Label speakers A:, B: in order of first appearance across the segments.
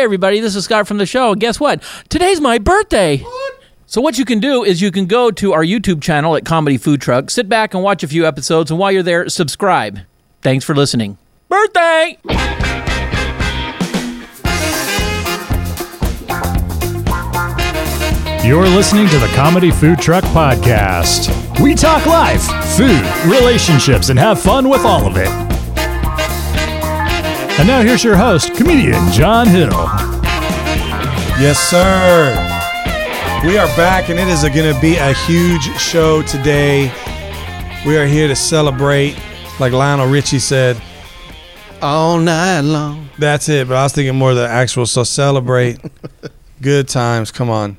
A: everybody, this is Scott from the show. And guess what? Today's my birthday. So what you can do is you can go to our YouTube channel at Comedy Food Truck, sit back and watch a few episodes, and while you're there, subscribe. Thanks for listening. Birthday!
B: You're listening to the Comedy Food Truck Podcast. We talk life, food, relationships, and have fun with all of it. And now here's your host, comedian John Hill.
C: Yes, sir. We are back, and it is going to be a huge show today. We are here to celebrate, like Lionel Richie said, all night long. That's it, but I was thinking more of the actual. So celebrate. Good times. Come on.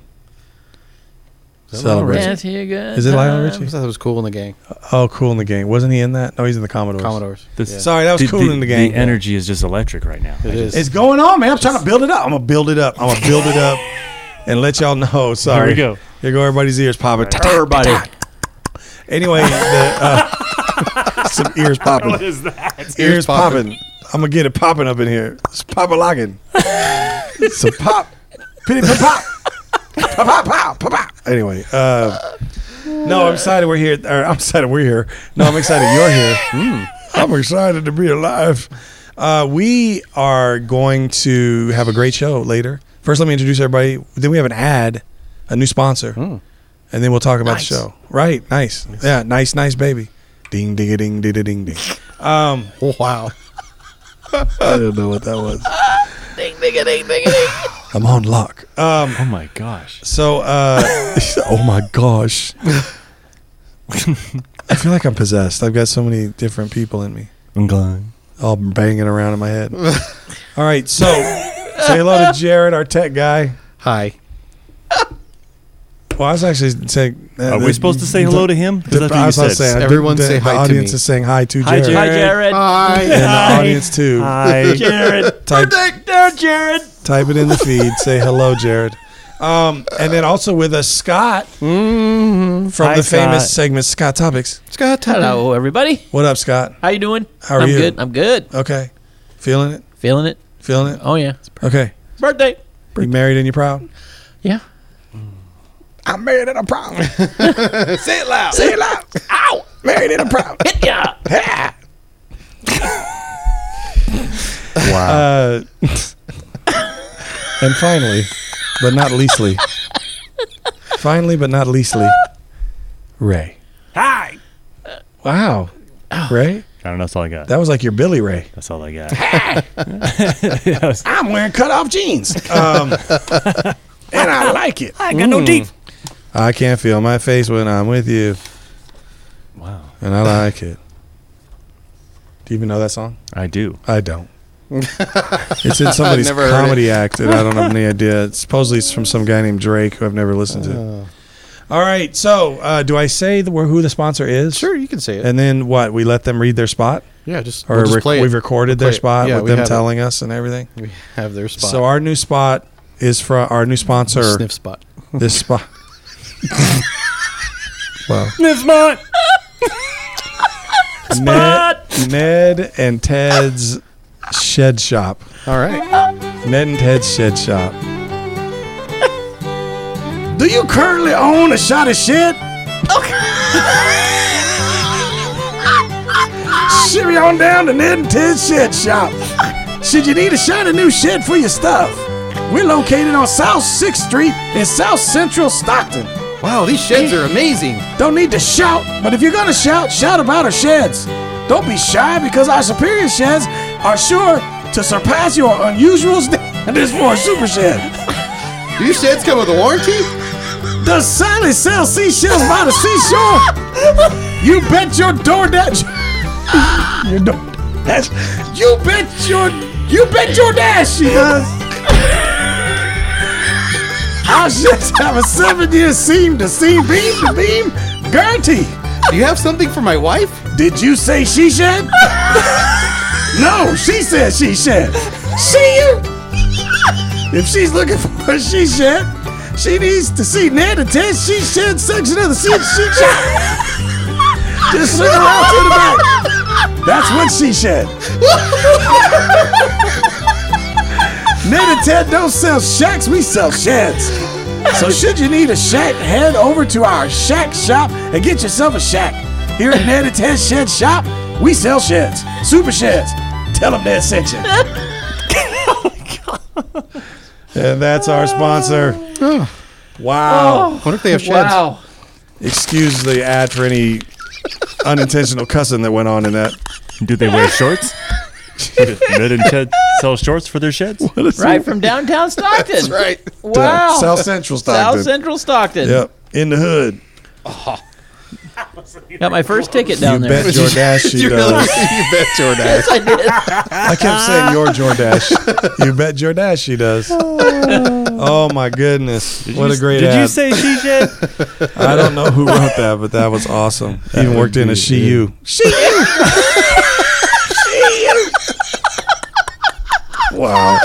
D: Lionel
C: Celebrate. Is
A: Is
C: it Lionel Richie?
D: I thought it was cool in the gang.
C: Oh, cool in the game. Wasn't he in that? No, he's in the Commodores.
D: Commodores.
E: This-
D: Yeah.
C: Sorry, that was cool in the game.
E: The energy is just electric right now.
D: It is.
C: It's going on, man. I'm trying to build it up. I'm gonna build it up. I'm gonna build it up and let y'all know. Sorry.
E: we go.
C: Here go everybody's ears popping.
E: Everybody.
C: Anyway, the, uh, some ears popping. What is that? Ears popping. I'm gonna get it popping up in here. It's popping locking. Some pop. Pity pop pop. Pop pop pop pop. pop. Anyway, uh, no, I'm excited we're here. Or I'm excited we're here. No, I'm excited you're here. Hmm. I'm excited to be alive. Uh, we are going to have a great show later. First, let me introduce everybody. Then we have an ad, a new sponsor, and then we'll talk about the show. Right? Hmm. Nice. Yeah. Nice. Nice baby. Ding ding ding ding ding ding. Um,
D: wow.
C: I don't know what that was. ding ding ding ding ding. I'm on lock. Um,
E: Oh my gosh.
C: so, uh, oh my gosh. I feel like I'm possessed. I've got so many different people in me.
E: I'm glad.
C: all banging around in my head. all right, so say hello to Jared, our tech guy.
D: Hi.
C: Well, I was actually saying. uh,
E: Are we supposed to say hello to him? 'Cause that's what
C: I
E: you
C: was about to
E: said.
C: say, I did-
D: Everyone
C: the,
D: say hi
C: The
D: to
C: audience
D: me.
C: is saying hi to
E: Hi,
C: Jared.
A: Hi,
E: Jared.
A: Jared.
D: Hi.
C: And
E: Hi.
C: the audience too.
E: Hi, Jared.
C: Type,
E: There, Jared.
C: type it in the feed. Say hello, Jared. Um, and then also with us, Scott from
E: Hi,
C: the famous
E: Scott.
C: segment Scott Topics.
D: Scott.
A: Hello, everybody.
C: What up, Scott?
A: How you doing?
C: How are
A: I'm
C: you?
A: good. I'm good.
C: Okay, feeling it,
A: Feeling it.
C: feeling it.
A: Oh yeah.
C: Okay,
A: Birthday.
C: you married and you proud.
A: Yeah.
C: I'm married and I'm proud. say it loud. Say it loud. Ow! Married and I'm proud.
A: Yeah.
D: Wow.
C: Uh, and finally, but not leastly, finally, but not leastly, Ray.
E: Hi.
C: Wow. Ray?
E: I don't know. That's all I got.
C: That was like your Billy Ray.
E: That's all I got.
C: I'm wearing cut off jeans. Um, and I like it. Mm.
E: I got no teeth.
C: I can't feel my face when I'm with you,
E: Wow.
C: and I like it. Do you even know that song?
E: I do.
C: I don't. it's in somebody's
D: Never heard
C: comedy act, and I don't have any idea. It's supposedly it's from some guy named Drake who I've never listened to.
D: Uh.
C: All right, so uh, do I say the, who the sponsor is?
D: sure, you can say it.
C: And then what? We let them read their spot,
D: yeah, just,
C: or
D: we'll just
C: rec-
D: play it.
C: we've recorded
D: Play
C: their
D: it.
C: spot
D: Yeah,
C: with
D: we
C: them
D: have it.
C: telling us and everything.
D: We have their spot.
C: So our new spot is from our new sponsor.
D: sniff spot.
C: This spot. wow.
E: It's not.
C: Ned, Ned and Ted's shed shop.
D: All right.
C: Ned and Ted's Shed Shop. Do you currently own a shot of shit? Shimmy on down to Ned and Ted's Shed Shop. Should you need a shot of new shit for your stuff? We're located on South 6th Street in South Central Stockton.
D: Wow, these sheds are amazing.
C: Don't need to shout, but if you're gonna shout, shout about our sheds. Don't be shy because our superior sheds are sure to surpass your unusual standards for a super shed.
D: Do your sheds come with a warranty?
C: Does Sally sell seashells by the seashore? You bet your DoorDash. Your DoorDash. You bet your. You bet your dash she does. Our sheds have a seven-year seam to seam, beam to beam guarantee.
D: Do you have something for my wife?
C: Did you say she shed? no, she said she shed. See you. If she's looking for a she shed, she needs to see Ned and Ted she shed section of the she, she shed. Just look around to the back. That's what she shed. Nate and Ted don't sell shacks, we sell sheds. So should you need a shack, head over to our shack shop and get yourself a shack. Here at Ned and Ted Shed Shop, we sell sheds, super sheds. Tell them Ned sent you. and that's our sponsor. Wow.
D: wonder if they have sheds.
A: Wow.
C: Excuse the ad for any unintentional cussing that went on in that.
E: Do they wear shorts? Ned and Ted sell shorts for their sheds?
A: Right from downtown Stockton.
D: That's right.
A: Wow.
C: South Central
A: South
C: Stockton.
A: Central Stockton.
C: Yep. In the hood.
A: Got my first ticket down
C: you
A: there.
C: bet your dash she
D: you, really,
C: does.
D: you bet your dad.
A: I did.
C: I kept saying your Jordash. you bet your dash she does. Oh my goodness! what a great
E: Did
C: ad.
E: you say she shed?
C: I don't know who wrote that, but that was awesome. Even worked in a she you. She you. Wow.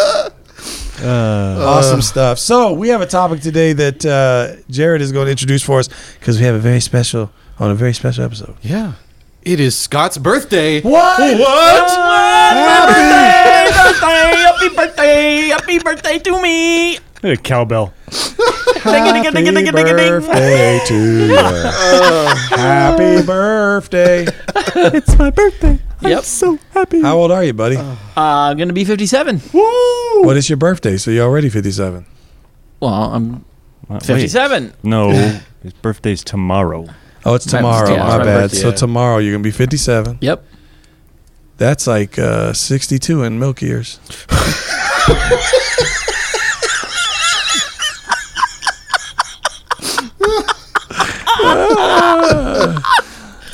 C: Uh, awesome stuff. So we have a topic today that uh, Jared is going to introduce for us because we have a very special on a very special episode.
D: Yeah. It is Scott's birthday.
C: What? What? Happy
A: birthday, happy birthday, happy birthday to me.
E: A cowbell.
C: Happy birthday to you. Happy birthday.
E: It's my birthday.
A: Yep.
E: So happy.
C: How old are you, buddy?
A: Uh, gonna be 57.
C: What is your birthday? So you're already 57.
A: Well, I'm 57.
E: No, his birthday's tomorrow.
C: Oh, it's tomorrow.
A: yeah, it's
C: my
A: my
C: bad.
A: birthday,
C: So
A: yeah.
C: tomorrow you're gonna be 57.
A: Yep.
C: That's like uh, 62 in milk years.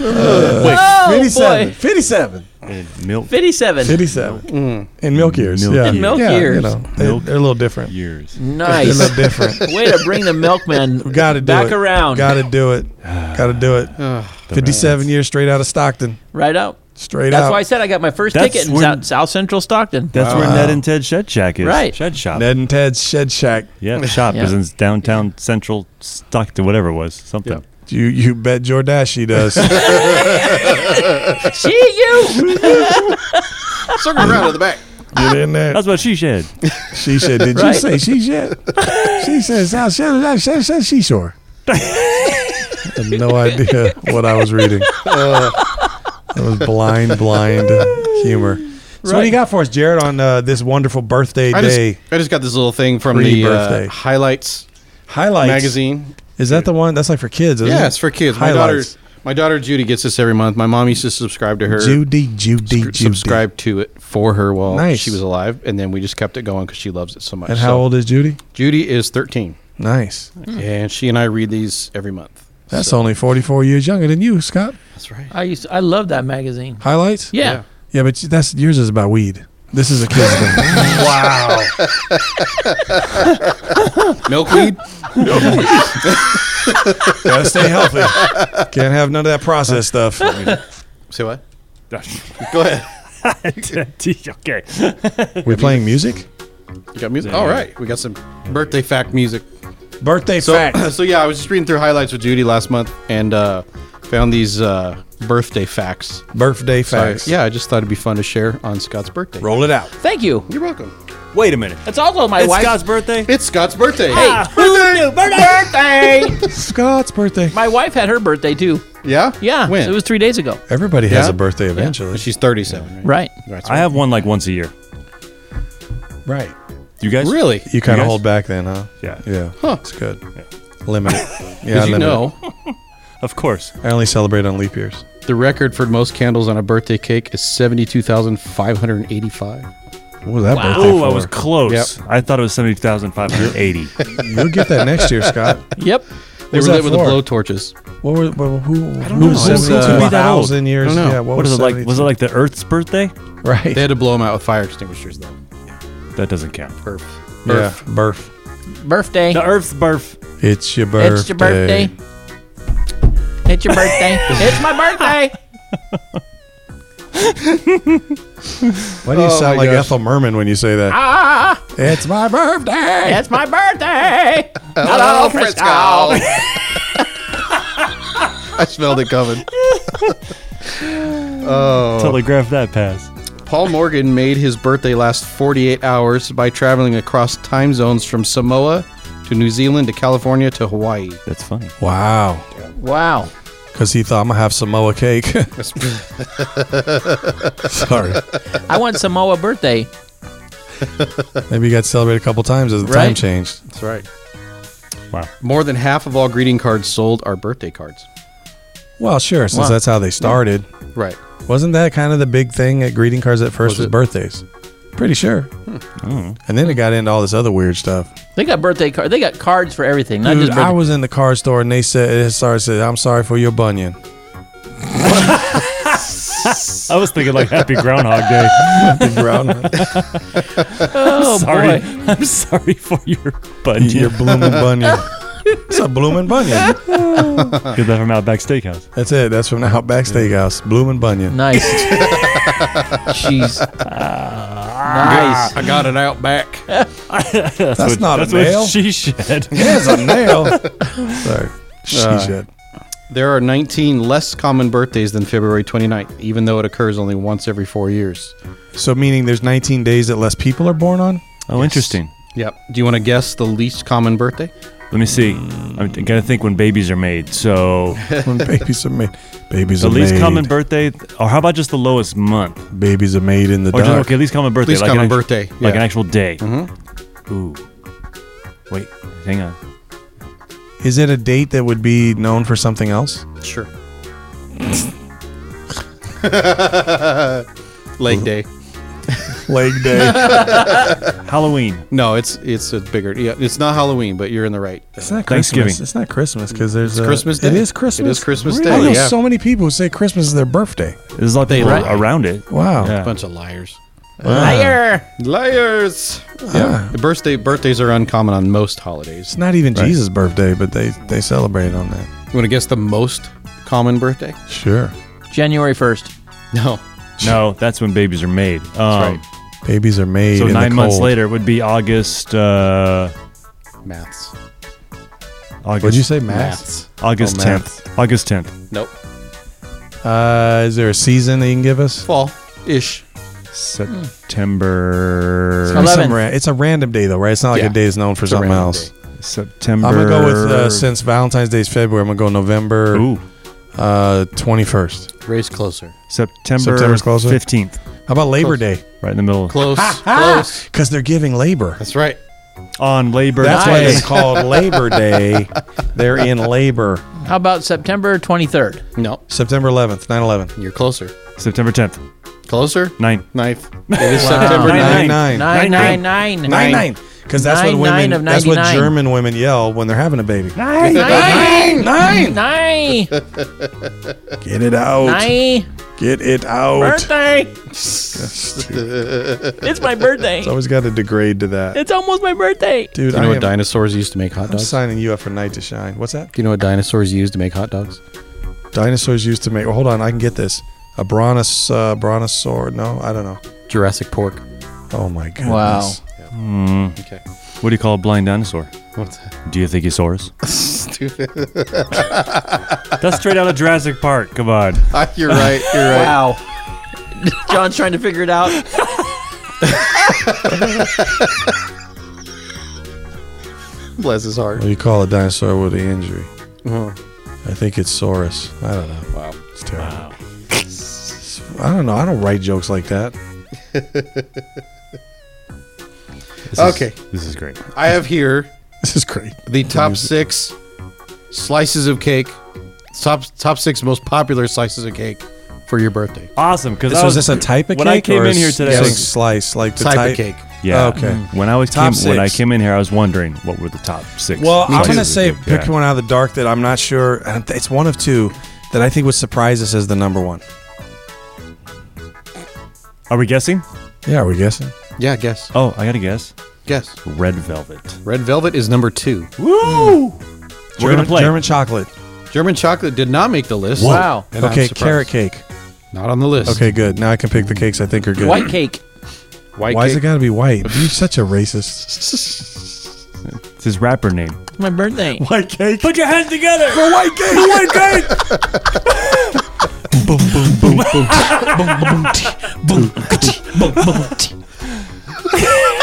A: Oh,
C: 57.
A: boy.
C: 57.
E: And milk
A: 57.
C: 57. In milk years.
E: Milk
C: yeah.
E: years. In
A: Mm. milk
C: yeah, You
A: years.
C: know, they,
E: Milk-
C: they're a little different.
E: years.
C: They're a
A: Nice.
C: little different.
A: Way to bring the milkman
C: Got to do
A: back
C: it.
A: around.
C: Got to do it. Got to do it. 57 years straight out of Stockton.
A: Right out.
C: Straight
A: That's
C: out.
A: why I said I got my first
E: That's
A: ticket in
E: when-
A: South, South Central Stockton.
E: That's where Ned and Ted Shed Shack is.
A: Right.
E: Shed Shop.
C: Ned and Ted's Shed Shack.
E: Yeah, the shop
A: Yeah.
E: is in downtown central Stockton, whatever it was. Something.
C: You you bet Jordash she does.
A: See you.
D: Circle around to the back.
C: Get in there.
E: That's what she said.
C: She said, "Did
A: Right.
C: you say she said?" She said, "South Shore, South Shore, South She Shore." I had no idea what I was reading. It was blind, blind humor. So, what do you got for us, Jared, on uh, this wonderful birthday
D: I
C: day
D: just, I just got this little thing from
C: Free
D: the
C: birthday.
D: uh, highlights
C: highlights
D: magazine.
C: Is that the one that's like for kids? Isn't
D: Yeah,
C: it?
D: it's for kids. My daughter,
C: Highlights.
D: my daughter Judy gets this every month. My mom used to subscribe to her.
C: Judy, Judy,
D: sc-
C: Judy.
D: subscribed to it for her while
C: Nice.
D: she was alive, and then we just kept it going because she loves it so much.
C: And how
D: So,
C: old is Judy?
D: Judy is 13,
C: Nice.
A: Hmm.
D: and she and I read these every month.
C: That's only forty-four years younger than you, Scott.
D: That's right.
A: I used to, I love that magazine.
C: Highlights.
A: Yeah.
D: Yeah.
C: Yeah, but that's yours is about weed. This is a kids thing. wow.
D: Milkweed.
C: Gotta stay healthy. Can't have none of that processed stuff.
D: Say what?
E: okay.
D: Go ahead.
C: We're playing music.
D: You got music. All right, we got some birthday fact music.
C: Birthday
D: So,
C: fact.
D: so yeah, I was just reading through highlights with Judy last month, and uh, found these uh, birthday facts.
C: Birthday
D: So I-
C: facts.
D: yeah, I just thought it'd be fun to share on Scott's birthday.
C: Roll it out.
A: Thank you.
D: You're welcome.
E: Wait a minute.
A: It's also my
E: It's
A: wife's
E: Scott's birthday?
D: It's Scott's birthday.
A: Hey, who knew? birthday.
C: Scott's birthday.
A: my wife had her birthday too.
D: Yeah.
A: Yeah.
D: When?
A: It was three days ago.
C: Everybody has
D: Yeah?
C: a birthday eventually.
D: She's 37. Right.
A: Right.
D: That's
E: I have one like once a year.
C: Right.
E: You guys?
D: Really?
C: You kind
E: You
C: of
E: guys-
C: hold back then, huh?
E: Yeah.
C: Yeah.
D: Huh.
C: It's good. Limit it. Yeah,
D: Did
C: limit
D: you know
E: Of course.
C: it. I only celebrate on leap years.
D: the record for most candles on a birthday cake is 72,585?
C: What was that birthday
E: Oh,
C: for?
E: I was close. I thought it was 72,580.
C: You'll get that next year, Scott.
A: Yep.
D: They
C: was
D: were
C: that
D: lit with the
C: for?
D: blow torches.
C: What were well, who? I
E: don't know. It was, uh, Could be that old.
C: thousand years.
D: I don't know.
C: Yeah. What,
E: what
C: was
E: is it like? Was it like the Earth's birthday?
C: like? Right.
D: They had to blow them out with fire extinguishers, though.
E: That doesn't count.
D: Burp.
C: yeah.
D: Burp.
C: Birth.
A: Birthday.
E: The Earth's birth.
C: It's your birthday.
A: It's your birthday. It's your birthday. it's my birthday.
C: Why do you
D: Oh
C: sound
D: my
C: like
D: gosh.
C: Ethel Merman when you say that?
A: Ah,
C: It's my birthday.
A: it's my birthday. Hello, Frisco.
D: I smelled it coming.
C: Oh.
E: Telegraph that pass.
D: Paul Morgan made his birthday last 48 hours by traveling across time zones from Samoa to New Zealand to California to Hawaii.
E: That's funny.
C: Wow.
A: Wow.
C: Because he thought I'm gonna have Samoa cake. Sorry.
A: I want Samoa birthday.
C: Maybe he got celebrated a couple times as the time
A: Right.
C: changed.
D: That's right.
E: Wow.
D: More than half of all greeting cards sold are birthday cards.
C: Well, sure, since
A: Wow.
C: that's how they started.
D: Right.
C: Wasn't that kind of the big thing at greeting cards at first
D: Was
C: was Hmm.
D: it?
C: birthdays? Pretty sure. And then it got into all this other weird stuff.
A: They got birthday cards. They got cards for everything, not
C: Dude,
A: just birthday.
C: I was in the card store and they said, it started said, I'm sorry for your bunion.
E: I was thinking like Happy Groundhog Day.
A: oh
E: sorry.
A: boy.
E: I'm sorry for your bunion.
C: your blooming bunion. It's a blooming bunion.
E: Get that from Outback Steakhouse.
C: That's it. That's from the Outback Steakhouse. Blooming bunion.
A: Nice. Jeez. nice.
D: I got it out back.
C: That's, not
E: That's
C: a nail.
E: what she said.
C: That's a nail. Sorry. She said.
D: There are 19 less common birthdays than February 29th, even though it occurs only once every four years.
C: So meaning there's 19 days that less people are born on?
E: Oh, interesting.
D: Yep. Do you want to guess the least common birthday?
E: Let me see. I'm t- gotta think when babies are made. So
C: When babies are made. Babies
E: the
C: are
E: least
C: made.
E: common birthday, or how about just the lowest month?
C: babies are made in the
E: Or just,
C: dark.
E: okay, least common birthday.
D: Least
E: like an
D: common
E: actu-
D: birthday,
E: Like
D: yeah.
E: an actual day.
C: Mm-hmm.
E: Ooh. Wait, hang on.
C: Is it a date that would be known for something else?
D: Sure. Leg day.
C: Leg day.
E: Halloween.
D: No, it's it's a bigger. Yeah, it's not Halloween, but you're in the right.
C: it's not
E: Thanksgiving.
C: Christmas. It's not Christmas because there's
D: It's
C: a-
D: Christmas Day.
C: It is Christmas.
D: It is Christmas
C: I
D: Day.
C: know
D: yeah.
C: so many people who say Christmas is their birthday.
E: There's a lot of
D: They
E: people
D: lie.
E: around it.
C: Wow.
E: Yeah.
D: Bunch of liars.
A: Liar.
D: Liars. Yeah. The birthday birthdays are uncommon on most holidays.
C: It's not even Jesus' birthday, but they they celebrate on that.
D: You want to guess the most common birthday?
C: Sure.
A: January 1st.
D: No.
E: No, that's when babies are made. Um,
D: That's right.
C: Babies are made.
E: So
C: in the
E: nine months
C: cold.
E: later would be August. Uh,
D: Maths.
E: August.
C: What'd you say, Hmm. Mass?
E: August
D: Oh, math.
E: 10th. August 10th.
D: Nope.
C: Uh, is there a season that you can give us?
D: Fall ish.
E: September.
A: Eleven.
C: Some ra- it's a random day though, right? It's not like
D: Yeah.
C: a day that's known for
D: It's a
C: something
D: random
C: else.
D: day.
E: September.
C: I'm gonna go with uh, since Valentine's Day is February. I'm gonna go November
E: Ooh.
C: uh 21st.
D: Raise closer.
E: September
C: September's closer?
E: 15th.
C: How about Labor Day?
E: Right in the middle.
D: Close. Close.
C: Because they're giving labor.
D: That's right.
E: On Labor
C: That's why
E: Day.
C: it's called Labor Day. They're in labor.
A: How about September 23rd?
D: No.
C: September 11th, 9/11.
D: You're closer.
E: September 10th.
D: Closer.
E: Nine.
D: Ninth. It is September
E: Nine,
A: Nine,
D: 9th.
E: nine.
A: nine, nine.
C: Nine nine. Because that's
A: Nine,
C: what women.
A: nine of
C: that's what
A: 99.
C: German women yell when they're having a baby.
A: Nine. Nine. Nine.
C: Get it out.
A: Nine.
C: Get it out.
A: Birthday. It's my birthday.
C: It's always got to degrade to that,
A: It's almost my birthday.
C: dude.
D: Do you know
C: I
D: what
C: am,
D: dinosaurs used to make hot
C: I'm
D: dogs?
C: signing you up for Night to Shine. What's that?
D: Do you know what dinosaurs used to make hot dogs?
C: Dinosaurs used to make. Well, hold on, I can get this. A brontos, uh, brontosaur. No, I don't know.
D: Jurassic pork.
C: Oh my goodness.
A: Wow.
D: Okay.
E: What do you call a blind dinosaur?
D: What's that?
E: Do you think he soars?
D: Stupid.
E: That's straight out of Jurassic Park. Come on.
D: Ah, You're right. You're right.
A: Wow. John's trying to figure it out.
D: Bless his heart.
C: What do you call a dinosaur with an injury?
E: Uh-huh.
C: I think it's Saurus. I don't know.
D: Wow.
C: It's terrible. I don't know. I don't write jokes like that.
E: This is-
D: Okay.
E: this is great.
D: I have here
C: This is great.
D: the top six slices of cake. Top top six most popular slices of cake for your birthday.
E: Awesome. Because
C: So is this a type of
E: when
C: cake?
E: I came
C: or
E: in here
C: s-
E: today, I
C: like
E: was-
C: slice like the
D: Type, of cake.
E: Yeah. Mm.
C: Okay.
E: When I was
C: Top
E: came, when I
C: six.
E: came in here, I was wondering what were the top six.
C: Well, I'm
E: choices.
C: gonna say
E: Yeah.
C: pick one out of the dark that I'm not sure. and It's one of two that I think would surprise us as the number one.
E: Are we guessing?
C: Yeah, are we guessing?
D: Yeah, guess.
E: Oh, I gotta guess.
D: Guess.
E: Red Velvet.
D: Red velvet is number two.
E: Woo! We're
C: German,
E: gonna play.
C: German chocolate.
D: German chocolate did not make the list.
A: Wow.
D: And I'm
C: okay,
D: surprised.
C: carrot cake.
D: Not on the list.
C: Okay, good. Now I can pick the cakes I think are good.
A: White cake.
D: White
C: Why
D: cake.
C: is it got to be white? You're such a racist.
E: It's his rapper name.
A: It's my birthday.
E: White cake. Put your hands together.
C: white cake.
E: White cake.
C: boom, boom, boom,
A: boom, boom, boom, boom, tee, boom, ka-chee, boom, boom, tee.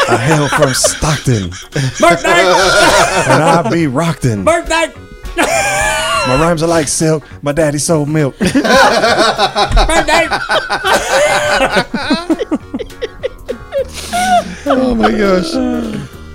C: I hail from Stockton,
A: Mark Knight!
C: and I be Rockton.
A: Mark Knight!
C: My rhymes are like silk. My daddy sold milk.
A: Mark Knight!
D: Oh my gosh.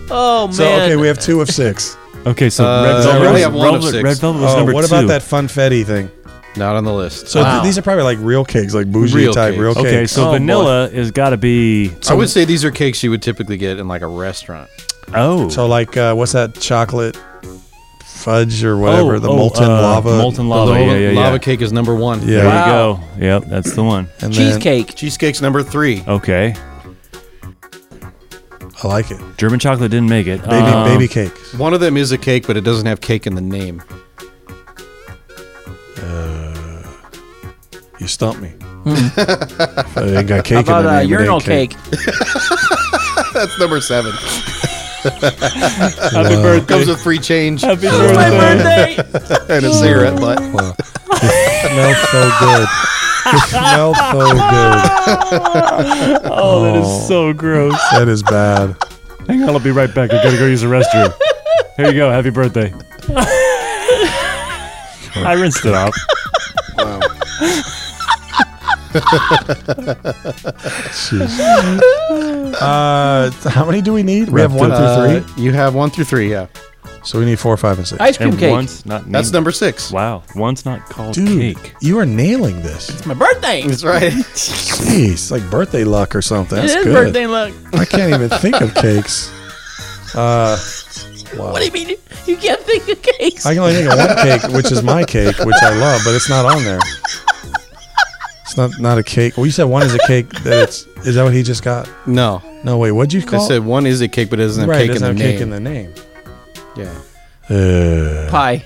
A: Oh, man.
C: So okay, we have two of six.
E: Okay, so
D: Uh,
E: Red Velvet,
D: I only
E: was,
D: have one of
E: Velvet-
D: six.
E: Red Velvet was
C: Oh,
E: number
C: what
E: two.
C: about that funfetti thing?
D: Not on the list.
C: So th-
A: Wow.
C: these are probably like real cakes, like bougie
D: Real
C: type
D: cakes.
C: real
E: Okay,
C: cakes.
E: so
A: Oh, boy.
E: vanilla has got to be.
D: I would say these are cakes you would typically get in like a restaurant.
E: Oh,
C: So like, uh, what's that chocolate fudge or whatever?
E: Oh,
C: the
E: oh,
C: molten
E: uh,
C: lava.
E: molten lava.
D: The
E: yeah, yeah, yeah.
D: lava cake is number one.
C: Yeah.
E: There
A: Wow.
E: you go. Yep, that's the one.
C: And then-
A: Cheesecake.
D: Cheesecake's number three.
E: Okay,
C: I like it.
E: German chocolate didn't make it.
C: Baby,
E: Um,
C: baby cake.
D: One of them is a cake, but it doesn't have cake in the name.
C: You stumped me. They ain't got
A: How
C: cake in
A: about
C: their
A: uh,
C: name, it
A: urinal
C: ain't
A: cake?
D: That's number seven.
E: Happy
C: uh,
E: birthday.
D: Comes with free change
E: Happy
A: It's my
E: birthday.
A: birthday!
D: and a cigarette butt.
C: It smelled so good. It smelled so good.
E: Oh, that is so gross.
C: That is bad.
E: Hang on, I'll be right back. I gotta go use the restroom. Here you go. Happy birthday. I rinsed it off.
C: Uh, how many do we need? We have one through
D: Uh,
C: three,
D: you have one through three, yeah.
C: so we need four, five, and six.
A: Ice cream
E: And
A: cake.
E: one's not. Named,
C: Mm.
D: That's number six.
E: Wow, one's not called
C: Dude,
E: cake.
C: you are nailing this.
A: It's my birthday!
D: That's right.
C: Jeez, like birthday luck or something.
A: It
C: That's
A: is
C: good.
A: birthday luck.
C: I can't even think of cakes.
A: What do you mean? You can't think of cakes?
C: I can only think of one cake, which is my cake, which I love, but it's not on there. It's not not a cake. Well, you said one is a cake. That it's is that what he just got?
D: No.
C: No, wait. What'd you
D: I
C: call?
D: said one is a cake, but it doesn't have
C: right,
D: cake,
C: it
D: in the
C: doesn't have
D: name.
C: cake in the name.
D: Yeah.
C: Uh,
A: Pie.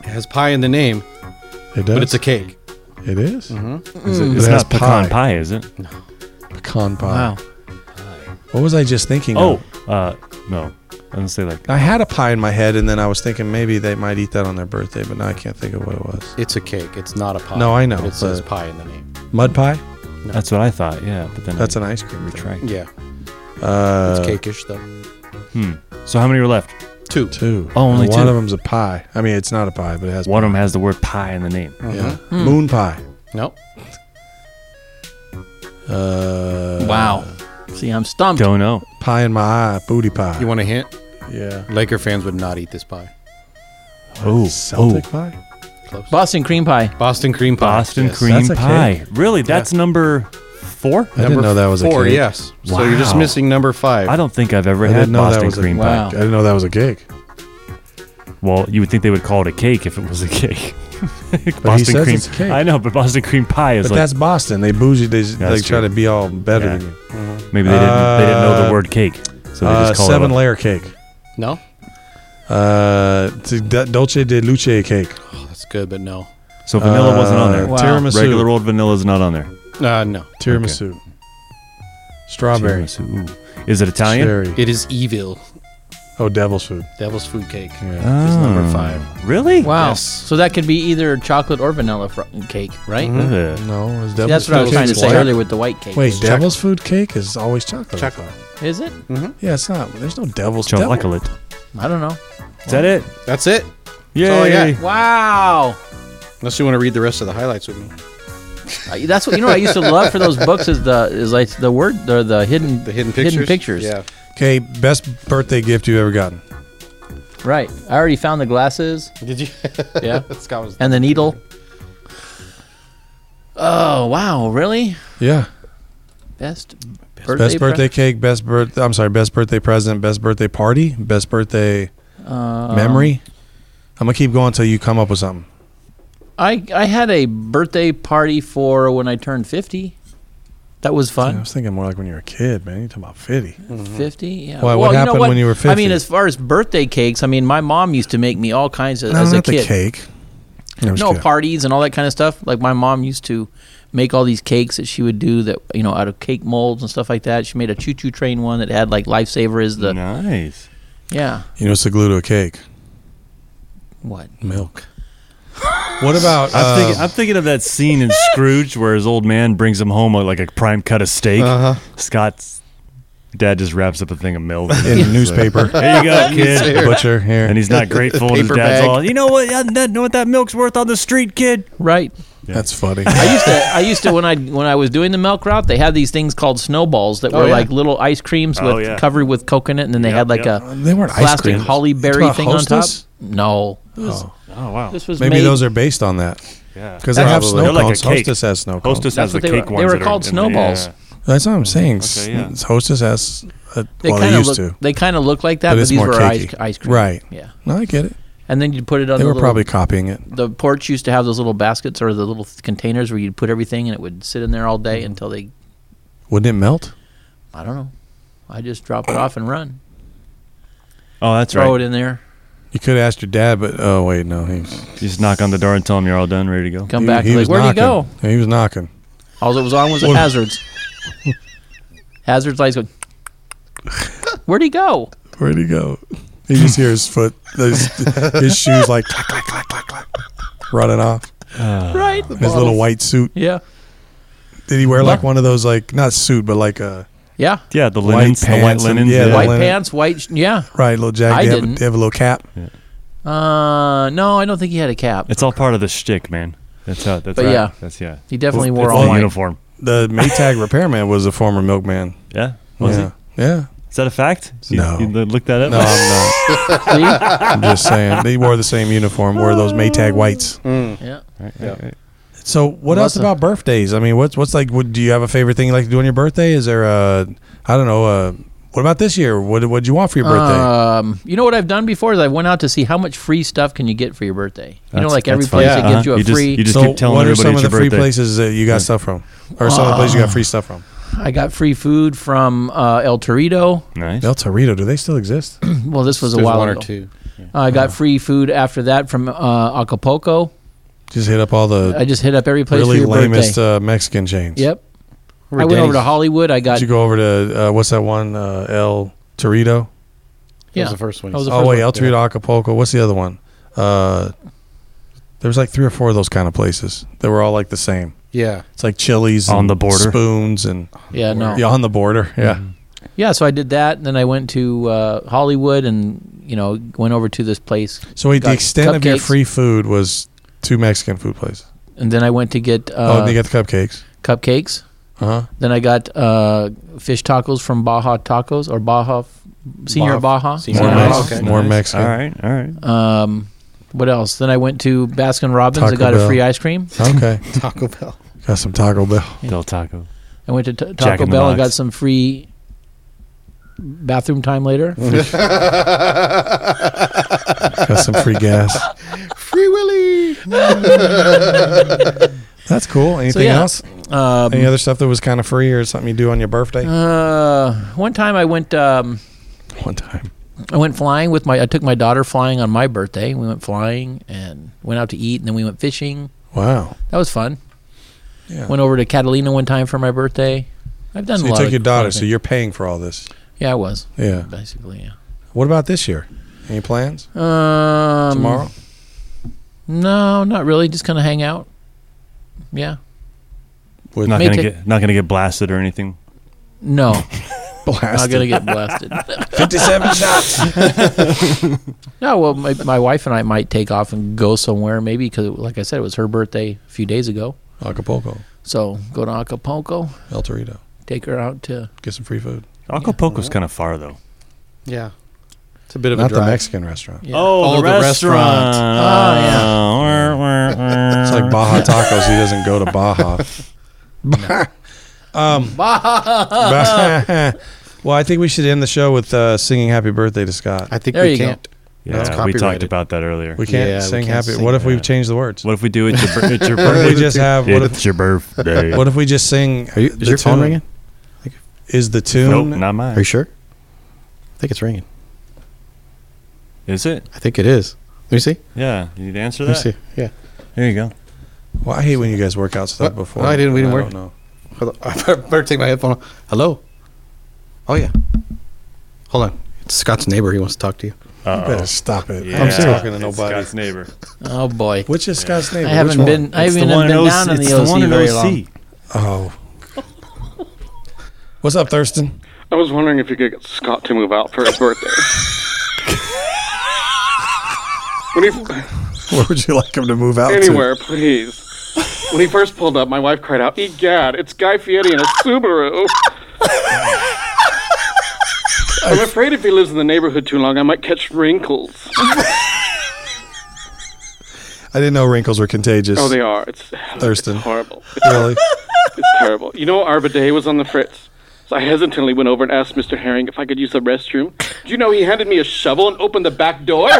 D: It has pie in the name,
C: it does.
D: but it's a Mm-hmm. cake.
C: It is?
E: Is it-
C: Mm. It
E: it's
C: has
E: not pecan
C: pie.
E: pie. is it?
C: pecan pie.
A: Wow.
C: What was I just thinking?
E: Oh,
C: of?
E: uh, no. I didn't say like.
C: I had a pie in my head, and then I was thinking maybe they might eat that on their birthday, but now I can't think of what it was.
D: It's a cake. It's not a pie.
C: No, I know,
D: but it says
C: but-
D: pie in the name.
C: Mud pie.
E: That's what I thought. Yeah, but then
C: That's
E: I
C: an ice cream. thing.
E: retract.
D: Yeah.
C: Uh,
D: It's cakeish, though.
E: So how many were left?
D: Two.
C: Two.
E: Oh, only
C: And One
E: two.
C: of them's a pie. I mean, it's not a pie, but it has.
E: One of them has the word pie in the name.
C: Yeah.
D: Mm-hmm.
C: Moon pie.
D: Nope.
C: Uh,
A: Wow. See, I'm stumped.
E: Don't know.
C: Pie in my eye. Booty pie.
D: You want a hint?
C: yeah.
D: Laker fans would not eat this pie.
E: Oh,
C: Celtic pie.
A: Boston cream pie.
D: Boston cream pie.
E: Boston
D: Yes.
E: cream
C: That's a
E: pie.
C: cake.
E: Really? That's number four.
C: I didn't know that was
D: Four,
C: a cake.
D: yes. So you're just
E: Wow.
D: missing number five.
E: I don't think I've ever
C: I
E: had
C: didn't know that
E: Boston
C: was a-
E: cream
A: Wow.
E: pie.
C: I didn't know that was a cake.
E: Well, you would think they would call it a cake if it was a cake. Boston
C: says
E: cream.
C: it's a cake.
E: I know, but Boston cream pie is
C: But
E: like
C: that's Boston. They bougie. They just,
E: That's
C: like try
E: true.
C: to be all better
E: Yeah.
C: than you.
E: maybe they didn't they didn't know
C: Uh,
E: the word cake, so they
C: Uh,
E: just call
C: seven
E: it. a-
C: layer cake.
D: No?
C: Uh, t- d- dulce de luce cake.
D: Oh, that's good, but no.
E: so vanilla wasn't on
C: Uh,
E: there.
A: Wow.
C: Tiramisu.
E: Regular old vanilla is not on there.
D: Uh, no.
C: Tiramisu. Strawberry.
E: Tiramisu. Ooh. Is it Italian?
C: Cherry.
D: It is evil.
C: oh, devil's food.
D: Devil's food cake.
C: Yeah.
D: It's number
E: Oh.
D: five.
E: Really?
A: Wow.
D: Yes.
A: So that could be either chocolate or vanilla fr- cake, right?
E: Ugh.
C: no, it's
A: See,
C: devil's
A: that's what I was
C: food
A: trying
C: cake
A: to
C: is
A: say
C: white.
A: earlier with the white cake.
C: Wait,
D: Choc-
C: devil's food cake is always chocolate.
D: Chocolate.
A: Is it?
C: Yeah, it's not. There's no devil's devil-
E: Chocolate.
A: I don't know.
E: Is that it?
D: That's it. all I got.
E: Yay!
A: Wow.
D: Unless you want to read the rest of the highlights with me.
A: I- That's what you know. What I used to love for those books is the is like the word the the hidden
D: The hidden pictures.
A: hidden pictures.
D: Yeah.
C: Okay, best birthday gift you've ever gotten.
A: Right. I already found the glasses.
D: Did you?
A: Yeah.
D: Scott was.
A: and the needle. Oh wow! Really?
C: Yeah.
A: Best birthday. pre-
C: Best birthday cake, best birth I'm sorry, best birthday present, best birthday party, best birthday
A: Um,
C: memory. I'm gonna keep going until you come up with something.
A: I I had a birthday party for when I turned fifty. That was
C: I
A: fun. Mm-hmm.
C: was thinking more like when you were a kid, man. You're talking about 50.
E: Mm.
A: Fifty. Yeah.
C: Why, what
A: you know
C: happened when you were
A: I mean,
C: 50?
A: as far as birthday cakes, I mean, my mom used to make me all kinds of
C: No,
A: as a
C: not the
A: kid.
C: cake. No, I'm just
A: No
C: kidding.
A: parties and all that kind of stuff. Like my mom used to make all these cakes that she would do that you know out of cake molds and stuff like that. She made a choo choo train one that had like lifesaver as the
E: Nice.
C: Mm-hmm.
A: yeah.
C: You know what's the glue to a cake?
A: What?
C: Milk. What about
E: I'm,
C: uh,
E: thinking, I'm thinking of that scene in Scrooge where his old man brings him home a, like a prime cut of steak.
C: Uh-huh.
E: Scott's dad just wraps up a thing of milk.
C: in the newspaper?
E: There you go, kid.
D: Here.
B: Butcher here.
E: And he's not grateful. and his
D: Paper
E: dad's
D: bag.
E: all, you know what? I know what that milk's worth on the street, kid.
A: Right.
C: That's funny.
A: I used to. I used to when I when I was doing the milk route. They had these things called snowballs that were
D: yeah.
A: like little ice creams
E: Oh,
A: with
E: yeah.
A: covered with coconut, and then they
E: Yep,
A: had like
E: yep.
A: a
C: Um, They weren't ice
A: plastic
C: cream.
A: holly berry
C: about
A: thing on top.
C: Hostess?
A: No, It was-
E: Oh wow.
A: this was
C: Maybe
A: made-
C: those are based on that
E: Yeah.
C: because they have
D: Probably.
C: snow
E: They're like a
C: cones.
E: cake.
C: Hostess has snow cones.
E: Hostess
A: That's
E: has the
A: what they
E: cake
A: were-
E: ones.
A: they were
E: that are
A: called
E: in the-
A: snowballs.
E: yeah.
C: That's what I'm saying. S-
E: Okay, yeah.
C: Hostess has. A,
A: They
C: well,
A: kind
C: they
A: of
C: used
A: look.
C: to.
A: They kind of look like that,
C: But
A: but,
C: it's
A: these
C: more
A: were ice,
C: cakey.
A: ice cream.
C: Right.
A: Yeah.
C: No, I get it.
A: And then you put it on.
C: They
A: the
C: were
A: little-
C: probably copying it.
A: the porch used to have those little baskets or the little containers where you'd put everything and it would sit in there all
C: Mm-hmm.
A: day until they
C: Wouldn't it melt?
A: I don't know. I just drop it off and run.
E: Oh, that's
A: Throw
E: right.
A: it in there.
C: You could ask your dad, but oh wait, no, he
E: You just knock on the door and tell him you're all done, ready to go.
A: Come
C: he,
A: back.
C: He
A: and
C: was
A: like, where'd you go?
C: knocking. He was knocking.
A: All that was on was the hazards. hazards lights go. Where'd he go?
C: Where'd he go? You just hear his foot, his, his shoes like clack clack clack clack clack, running off.
A: right.
C: His little white suit.
A: Yeah.
C: Did he wear like one of those like not suit but like a
A: Yeah.
E: Yeah, the linens, the white
C: pants and-
E: linens.
C: yeah, the
A: White
C: Atlanta.
A: pants, white. sh- Yeah.
C: right little jacket?
A: I
C: they, have a,
A: didn't.
C: they have a little cap.
A: Uh, no, I don't think he had a cap.
E: It's all part of the shtick, man. That's how. That's
A: But
E: right.
A: yeah.
E: That's yeah.
A: He definitely
E: It's
A: wore
E: the
A: all white.
E: uniform.
C: The Maytag repairman was a former milkman.
E: Yeah. Was
C: yeah. Yeah.
E: he? Is that a fact? You-
C: No.
E: You, looked that up.
C: No, I'm not.
A: See?
C: I'm just saying they wore the same uniform. Wore those Maytag whites.
A: Yeah.
E: Right, right, right.
C: So what else
A: Lots of-
C: about birthdays? I mean, what's what's like? What, do you have a favorite thing you like to do on your birthday? Is there a I don't know. A, what about this year? What what'd you want for your birthday?
A: Um, you know what I've done before is I went out to see how much free stuff can you get for your birthday. You know,
E: That's-
A: like every
E: that's fun.
A: place it
E: Uh-huh.
A: gives you a
E: You just-
A: free.
E: you just
C: so
E: keep telling
C: what are
E: everybody
C: some of
E: it's
C: the
E: your
C: free
E: birthday.
C: places that you got stuff from, or some of the places you got free stuff from?
A: I got free food from uh, El Torito.
E: Nice.
C: El Torito, do they still exist?
A: Well, this was a
D: There's
A: while
D: one
A: ago.
D: or two.
A: I got free food after that from uh, Acapulco.
C: Just hit up all
A: I
C: the
A: just hit up every place
C: really
A: for your
C: lamest
A: birthday.
C: uh, Mexican chains.
A: yep. I went over to Hollywood. I got
C: Did you go over to uh, what's that one? Uh, El Torito.
D: That
A: yeah.
D: was the first one.
A: That was the
C: Oh
A: first
C: wait,
A: one,
C: El Torito, Acapulco. What's the other one? Uh, there was like three or four of those kind of places that were all like the same.
D: yeah.
C: It's like chilies
E: On
C: and
E: the border. Mm-hmm.
C: spoons and
A: yeah, no.
C: yeah, on the border. Yeah,
A: Yeah, so I did that and then I went to uh, Hollywood and you know, went over to this place
C: So wait, the
A: Got
C: extent of your
A: cupcakes.
C: free food was two Mexican food places.
A: and then I went to get
C: oh,
A: uh, uh-huh.
C: and you got the cupcakes.
A: cupcakes.
C: Uh huh.
A: Then I got uh, fish tacos from Baja Tacos or Baja F- Senior
D: Baja-
A: Baja.
D: Senior
C: More,
D: Baja,
C: Mex-
D: okay.
C: more
E: Nice.
C: Mexican.
E: All right. All right.
A: Um, what else? Then I went to Baskin Robbins. I
C: Taco
A: got a
C: Bell.
A: free ice cream.
C: Okay.
D: Taco Bell.
C: Got some Taco Bell.
E: Del Taco.
A: I went to t-
E: Jack
A: Taco
E: in the
A: Bell and
E: Box.
A: got some free bathroom time later.
C: Got some free gas.
D: Free Willy.
C: That's cool. Anything
A: yeah.
C: else?
A: Um,
C: Any other stuff that was kind of free or something you do on your birthday?
A: uh, one time I went um,
C: One time.
A: I went flying with my I took my daughter flying on my birthday. We went flying and went out to eat and then we went fishing.
C: Wow.
A: That was fun.
C: Yeah.
A: Went over to Catalina one time for my birthday. I've done
C: so
A: a
C: you
A: lot
C: took
A: of
C: your daughter,
A: fun
C: so
A: things.
C: you're paying for all this.
A: Yeah, I was.
C: Yeah.
A: Basically, yeah.
C: What about this year? Any plans?
A: Um,
C: Tomorrow?
A: No, not really. Just kind of hang out. Yeah.
C: With
E: Not
A: Make
E: gonna
A: it-
E: get. Not gonna get blasted or anything.
A: No, not
C: blasted.
A: gonna get blasted.
C: 57 shots.
A: No, well, my, my wife and I might take off and go somewhere, maybe because, like I said, it was her birthday a few days ago.
C: Acapulco.
A: So go to Acapulco,
C: El Torito.
A: take her out to.
C: Get some free food.
E: Acapulco's kind of far though.
D: Yeah. It's a bit of
C: Not
D: a
C: the
D: drive.
C: Mexican restaurant.
A: Yeah.
E: Oh,
D: the Ah, restaurant.
E: Oh yeah.
C: It's like Baja Tacos. He doesn't go to Baja. um, Baja. well, I think we should end the show with uh, singing "Happy Birthday" to Scott.
D: I think
A: There
D: we
A: you go.
D: can't. That's
E: Yeah, we talked
D: copyrighted.
E: about that earlier.
C: We can't
D: Yeah, we
C: sing
D: can't
C: "Happy."
D: sing
C: what if we
D: that.
C: change the words? What,
E: What if we do it? It's your, bir- it's your
C: if we
E: birthday.
C: just have? What if,
E: It's your birthday.
C: what if we just sing?
D: Are you, is
C: the
D: your phone
C: tune-
D: ringing?
C: Is the
E: Nope,
C: tune?
E: not mine.
D: Are you sure? I think it's ringing.
E: Is it?
D: I think it is. Let me see.
E: Yeah. You need to answer
D: Let me
E: that.
D: see. Yeah.
E: There you go.
C: Well, I hate when you guys work out stuff
D: What?
C: before.
D: No, I didn't- we didn't work.
C: don't know.
D: Hold on. I better take my headphone off. Hello? Oh, yeah. Hold on. It's Scott's neighbor. He wants to talk to you.
C: You better stop it.
E: Yeah,
C: I'm serious.
D: talking to
E: it's
D: nobody.
E: Scott's neighbor.
A: Oh boy,
C: Which is Scott's name?
A: I
C: Which
A: haven't
C: one?
A: been. I
E: It's
A: haven't
E: one
A: been
E: in O-
A: down in
E: it's
A: the OC
E: one in
A: very
E: OC.
A: long.
C: Oh. What's up, Thurston?
F: I was wondering if you could get Scott to move out for his birthday. when he,
C: Where would you like him to move out
F: anywhere, please. When he first pulled up, my wife cried out, "Egad, it's Guy Fieri in a Subaru!" I'm afraid if he lives in the neighborhood too long, I might catch wrinkles.
C: to? I didn't know wrinkles were contagious.
F: Oh, they are. It's
C: Thurston.
F: It's horrible.
C: really?
F: It's terrible. You know, our bidet was on the fritz. So I hesitantly went over and asked Mr. Herring if I could use the restroom. Do you know he handed me a shovel and opened the back door?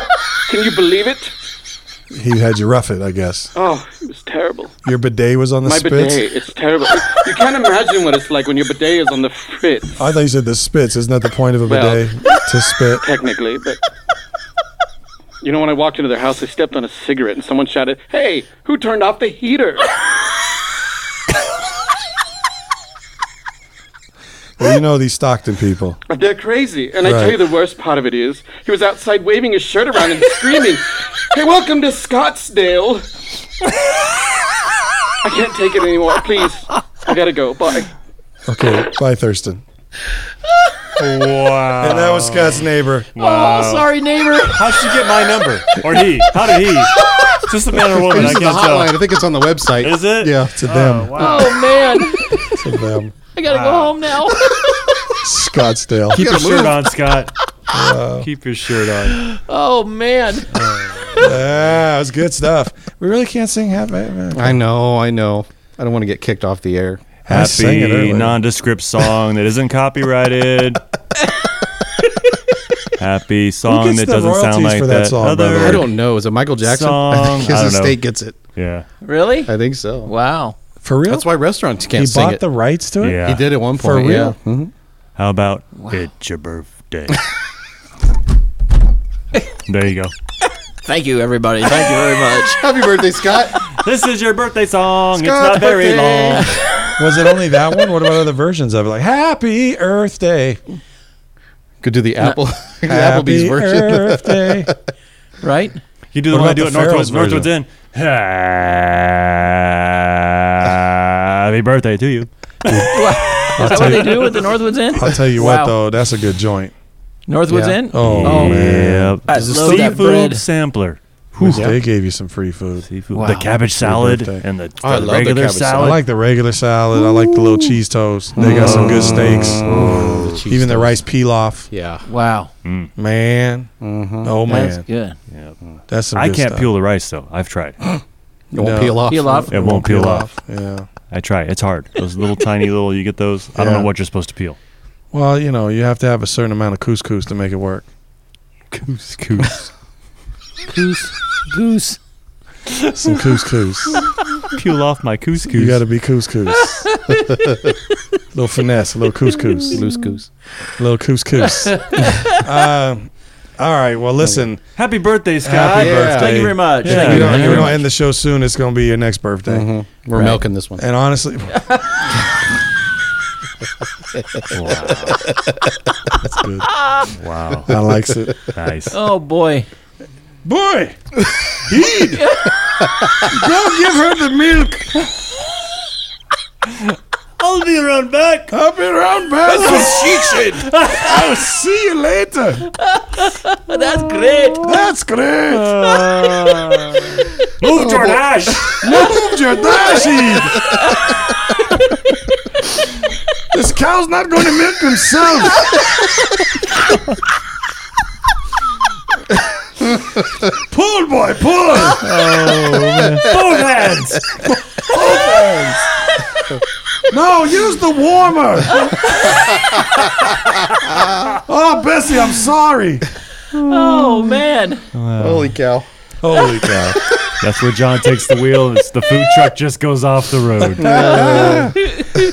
F: Can you believe it?
C: he had you rough it, I guess.
F: Oh, it was terrible.
C: Your bidet was on the
F: My
C: spits.
F: bidet, it's terrible. You can't imagine what it's like when your bidet is on the fritz,
C: I thought you said the spits. Isn't that the point of a
F: Well-
C: bidet? to spit.
F: technically, but. You know, when I walked into their house, I stepped on a cigarette and someone shouted, Hey, who turned off the heater?
C: Well, you know these Stockton people.
F: They're crazy. And I tell
C: Right.
F: you, the worst part of it is he was outside waving his shirt around and screaming, Hey, welcome to Scottsdale. I can't take it anymore. Please, I gotta go. Bye.
C: Okay, bye, Thurston.
E: Wow.
C: And that was Scott's neighbor.
A: Oh, sorry, neighbor.
E: How'd she get my number? Or he? How did he? It's just a man or woman.
D: This
E: I
D: is
E: can't
D: the hotline. I
E: tell.
D: think it's on the website.
E: Is it?
D: Yeah.
C: To them.
A: Oh man,
C: To them.
A: I gotta go home now.
C: Scottsdale.
E: Keep your
D: Gotta
E: shirt
D: move.
E: on, Scott. Keep your shirt on.
A: Oh man.
C: Ah, it was good stuff. We really can't sing half. eh, I
D: I know. I know. I don't want to get kicked off the air.
C: sang it
E: Happy
C: earlier.
E: nondescript song that isn't copyrighted. Happy song
C: gets
E: that
C: the
E: doesn't sound
C: royalties
E: like
C: for that
E: that,
C: song, by the
E: other.
C: way?
D: I don't know. Is it Michael Jackson? I
E: Song.
D: think
E: I
D: his
E: don't know.
D: estate gets it.
E: Yeah.
A: Really?
D: I think so.
A: Wow.
C: For real?
D: That's why restaurants can't
C: he
D: sing
C: bought
D: it.
C: the rights to it?
E: Yeah.
D: he did at one
C: For
D: point.
C: real?
D: Yeah. Mhm.
E: How about it's your birthday? there you go.
A: Thank you, everybody. Thank you very much.
D: Happy birthday, Scott.
E: This is your birthday song.
D: Scott
E: it's not very
D: birthday.
E: long.
C: Was it only that one? What about other versions of it? Like Happy Earth Day.
D: Could do the Apple the Applebee's
C: Happy
D: version.
C: Earth Day.
A: Right?
E: You do the
C: What
E: one I
C: about
E: do
C: the
E: at
C: Farrell's
E: Northwoods,
C: version?
E: Northwoods Inn. Happy birthday to you.
A: Is that what they do with the Northwoods Inn?
C: I'll tell you
A: Wow.
C: what, though, that's a good joint.
A: Northwoods
D: Yeah.
A: Inn?
C: Oh,
E: Yep.
A: I
E: This is
A: love that bread.
E: seafood sampler.
C: Whew, They gave you some free food.
E: Seafood.
A: Wow.
E: The cabbage salad
C: birthday.
E: and the,
D: Oh, I
E: the
D: love the
E: regular
D: cabbage
E: salad.
C: I like the regular salad. I like the little cheese toast. They got some good steaks.
E: Mm.
C: Even the rice pilaf.
D: Yeah.
A: Wow.
C: Man. Oh,
A: That's
C: man.
A: good.
C: That's some
E: Mm-hmm. I
C: good
E: can't
C: stuff.
E: peel the rice though. I've tried.
D: It won't
C: No.
D: peel off.
A: Peel off.
E: It won't peel off.
C: Yeah.
E: I try. It's hard. Those little tiny little. You get those. I don't
C: Yeah.
E: know what you're supposed to peel.
C: Well, you know, you have to have a certain amount of couscous to make it work.
E: Couscous.
A: Goose. Goose.
C: Some couscous.
E: peel off my couscous.
C: You got to be couscous. little finesse, a little couscous,
D: Loose goose.
C: a little couscous. um, all right. Well, listen.
E: Happy birthday, Scott.
C: Happy
D: Yeah.
C: birthday.
A: Thank you very much.
E: Yeah.
A: Thank
C: You
A: you.
C: know,
A: Thank you
C: we're
A: very
C: gonna
A: much.
C: end the show soon. It's gonna be your next birthday.
D: We're milking this one.
C: And honestly, that's good.
E: Wow.
C: I likes it.
E: nice.
A: Oh, boy.
C: Boy, eat. Go give her the milk.
E: I'll be around back.
C: I'll be around, pal. That's what she said. I'll see you later.
A: That's great.
C: That's great.
E: Move your ash.
C: Move your dashi. this cow's not going to milk himself. pull, boy, pull.
E: Both hands.
C: No, use the warmer. oh, Bessie, I'm sorry.
A: Oh, man.
D: Holy cow.
C: Holy cow.
E: That's where John takes the wheel. It's the food truck just goes off the road.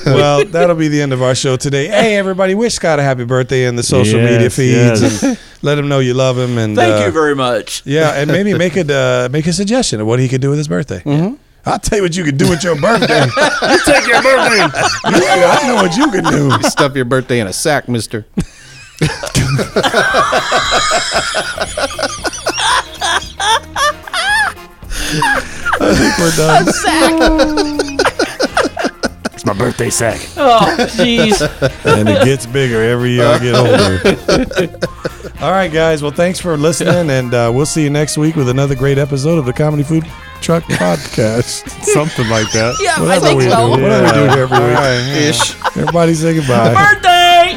C: well, that'll be the end of our show today. Hey, everybody, wish Scott a happy birthday in the social
E: Yes,
C: media feeds
E: yes.
C: and let him know you love him. And
A: Thank
C: uh,
A: you very much.
C: Yeah, and maybe make it uh, make a suggestion of what he could do with his birthday. I'll tell you what you could do with your birthday. Mm-hmm. you take your birthday. I know what you can do.
D: Stuff your birthday in a sack, mister.
C: We're done.
E: It's my birthday sack.
A: Oh, jeez.
C: and it gets bigger every year I get older. All right, guys. Well, thanks for listening, and uh, we'll see you next week with another great episode of the Comedy Food Truck Podcast.
E: Something like that.
G: Yeah,
C: What
G: I
C: else
G: think
C: we
G: so.
C: do? What do we do here every week?
D: Ish.
C: Everybody say goodbye.
A: Birthday!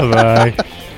D: Bye, guys.
E: Bye.